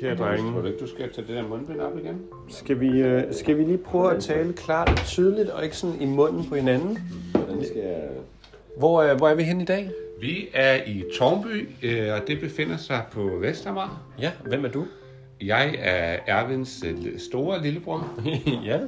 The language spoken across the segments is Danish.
kære Tror drenge. du ikke, du skal tage det der mundbind op igen? Skal vi, øh, skal vi lige prøve at tale klart og tydeligt, og ikke sådan i munden på hinanden? Hvordan skal jeg... Hvor, øh, hvor er vi hen i dag? Vi er i Tornby, øh, og det befinder sig på Vestermar. Ja, hvem er du? Jeg er Ervins øh, store lillebror. ja,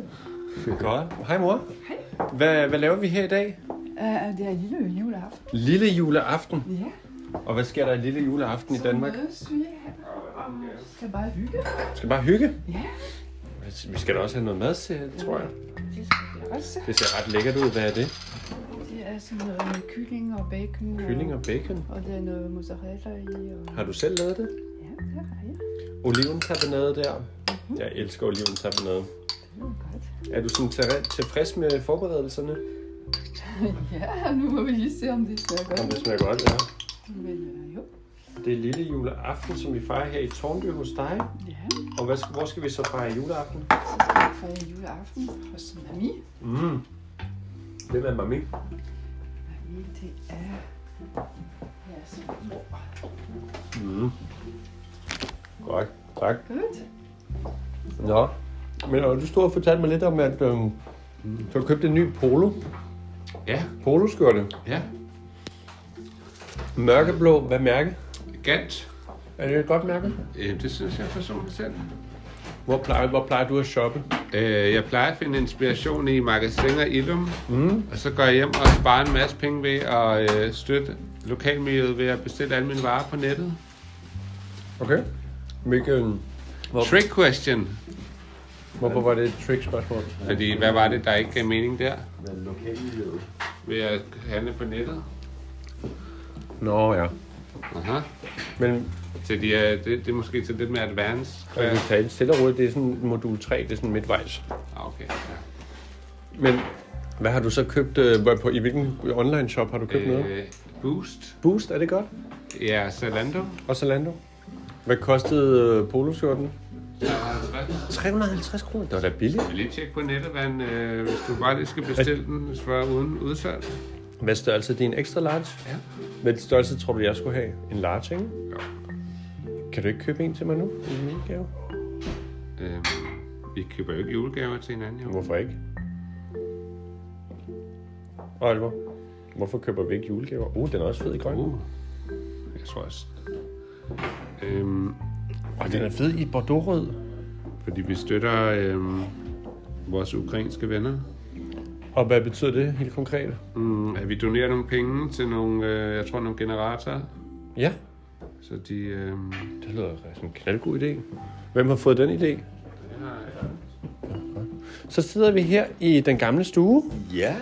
godt. Hej mor. Hej. Hvad, hvad laver vi her i dag? Uh, det er lille juleaften. Lille juleaften. Ja. Og hvad sker der i lille juleaften i Danmark? Mødes vi her og skal bare hygge. Vi skal bare hygge. Ja, Vi skal da også have noget mad til, tror jeg. det skal vi også. Det ser ret lækkert ud. Hvad er det? Det er sådan noget med kylling og bacon. Kylling og bacon. Og der er noget mozzarella i. Og... Har du selv lavet det? Ja, det er jeg. Oliventabernade der. Jeg elsker oliventabernade. Det er godt. Er du sådan til- tilfreds med forberedelserne? Ja, nu må vi lige se, om det smager Om det godt. smager godt, ja. Men uh, jo, Det er lille juleaften, som vi fejrer her i Tårnby hos dig. ja, Og hvad, hvor skal vi så fejre juleaften? så skal vi fejre juleaften hos Mami. Mm. Hvem er mami? Mami, det er jeres mor. Mm. Godt, tak. Godt. Nå, men og du stod og fortalte mig lidt om, at øhm, du har købt en ny polo. Ja, Poloskjorte. ja. Mørkeblå, hvad mærke? Gant. Er det et godt mærke? Øh, det synes jeg personligt selv. Hvor plejer, hvor plejer du at shoppe? Øh, jeg plejer at finde inspiration i magasiner Ilum, mm. og så går jeg hjem og sparer en masse penge ved at øh, støtte lokalmiljøet ved at bestille alle mine varer på nettet. Okay. Hvilken, Hvor- Trick question, hvorfor var det et trick-spørgsmål? fordi hvad var det, der ikke gav mening der Men lokalmiljøet. ved at handle på nettet? Nå ja. Aha. Men Så de er, det, det er måske til lidt mere advanced. Jeg kan tale stille og roligt. Det er sådan modul 3, det er sådan midtvejs. Ah, okay. Ja. Men hvad har du så købt? øh, hvor- på, I hvilken online shop har du købt øh. noget? Øh, boost. Boost, er det godt? Ja, Zalando. Og Zalando? Hvad kostede øh, poloskjorten? 53. 350 kroner. Det var da billigt. Jeg vil lige tjekke på nettet, hvad en, øh, hvis du bare lige skal bestille den, hvis var uden udsalg. Hvad størrelse er din extra large? Ja. Hvad størrelse tror du, jeg skulle have? En large, ikke? Jo. Kan du ikke købe en til mig nu? En julegave? Øhm, vi køber jo ikke julegaver til hinanden, jo. Hvorfor ikke? Og Alvor, hvorfor køber vi ikke julegaver? Uh, den er også fed i grøn. Uh, jeg tror også. Øhm, Og den er fed i bordeaux-rød. fordi vi støtter øhm, vores ukrainske venner. Og hvad betyder det helt konkret? Mm, at vi donerer nogle penge til nogle, øh, jeg tror, nogle generatorer. Ja, Så de... Øhm, Det lyder som en knaldgod idé. Hvem har fået den idé? Så sidder vi her i den gamle stue. Ja.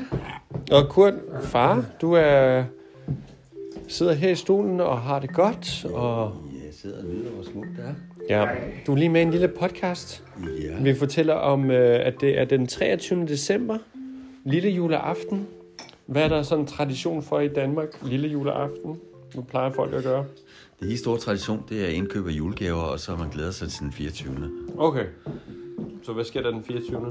Og Kurt, far, du er sidder her i stolen og har det godt. Og Jeg sidder og nyder, hvor smukt det er. ja, du er lige med i en lille podcast. Ja. Vi fortæller om, øh, at det er den 23. december, lille juleaften. Hvad er der sådan en tradition for i Danmark, lille juleaften? Hvad plejer folk at gøre? Det helt store tradition, det er indkøb af julegaver, og så man glæder sig til den 24. Okay. Så hvad sker der den 24.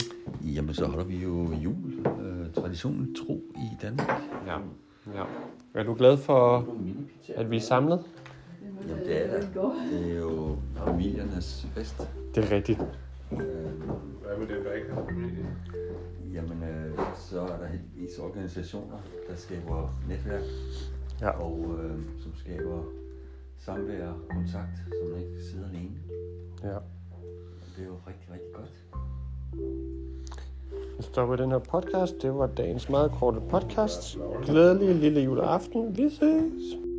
Jamen, så holder vi jo jul. Øh, traditionen tro i Danmark. Ja. ja. Er du glad for, at vi er samlet? Jamen, det er der. Det er jo familiernes fest. Øh, Det er rigtigt. hvad med dem, der ikke har familie? Jamen, øh, så er der heldigvis organisationer, der skaber netværk. Ja. Og øh, som skaber samvær og kontakt, så man ikke sidder alene. Ja. Det er jo rigtig, rigtig godt. Nu stopper den her podcast. Det var dagens meget korte podcast. Glædelig lille juleaften. Vi ses.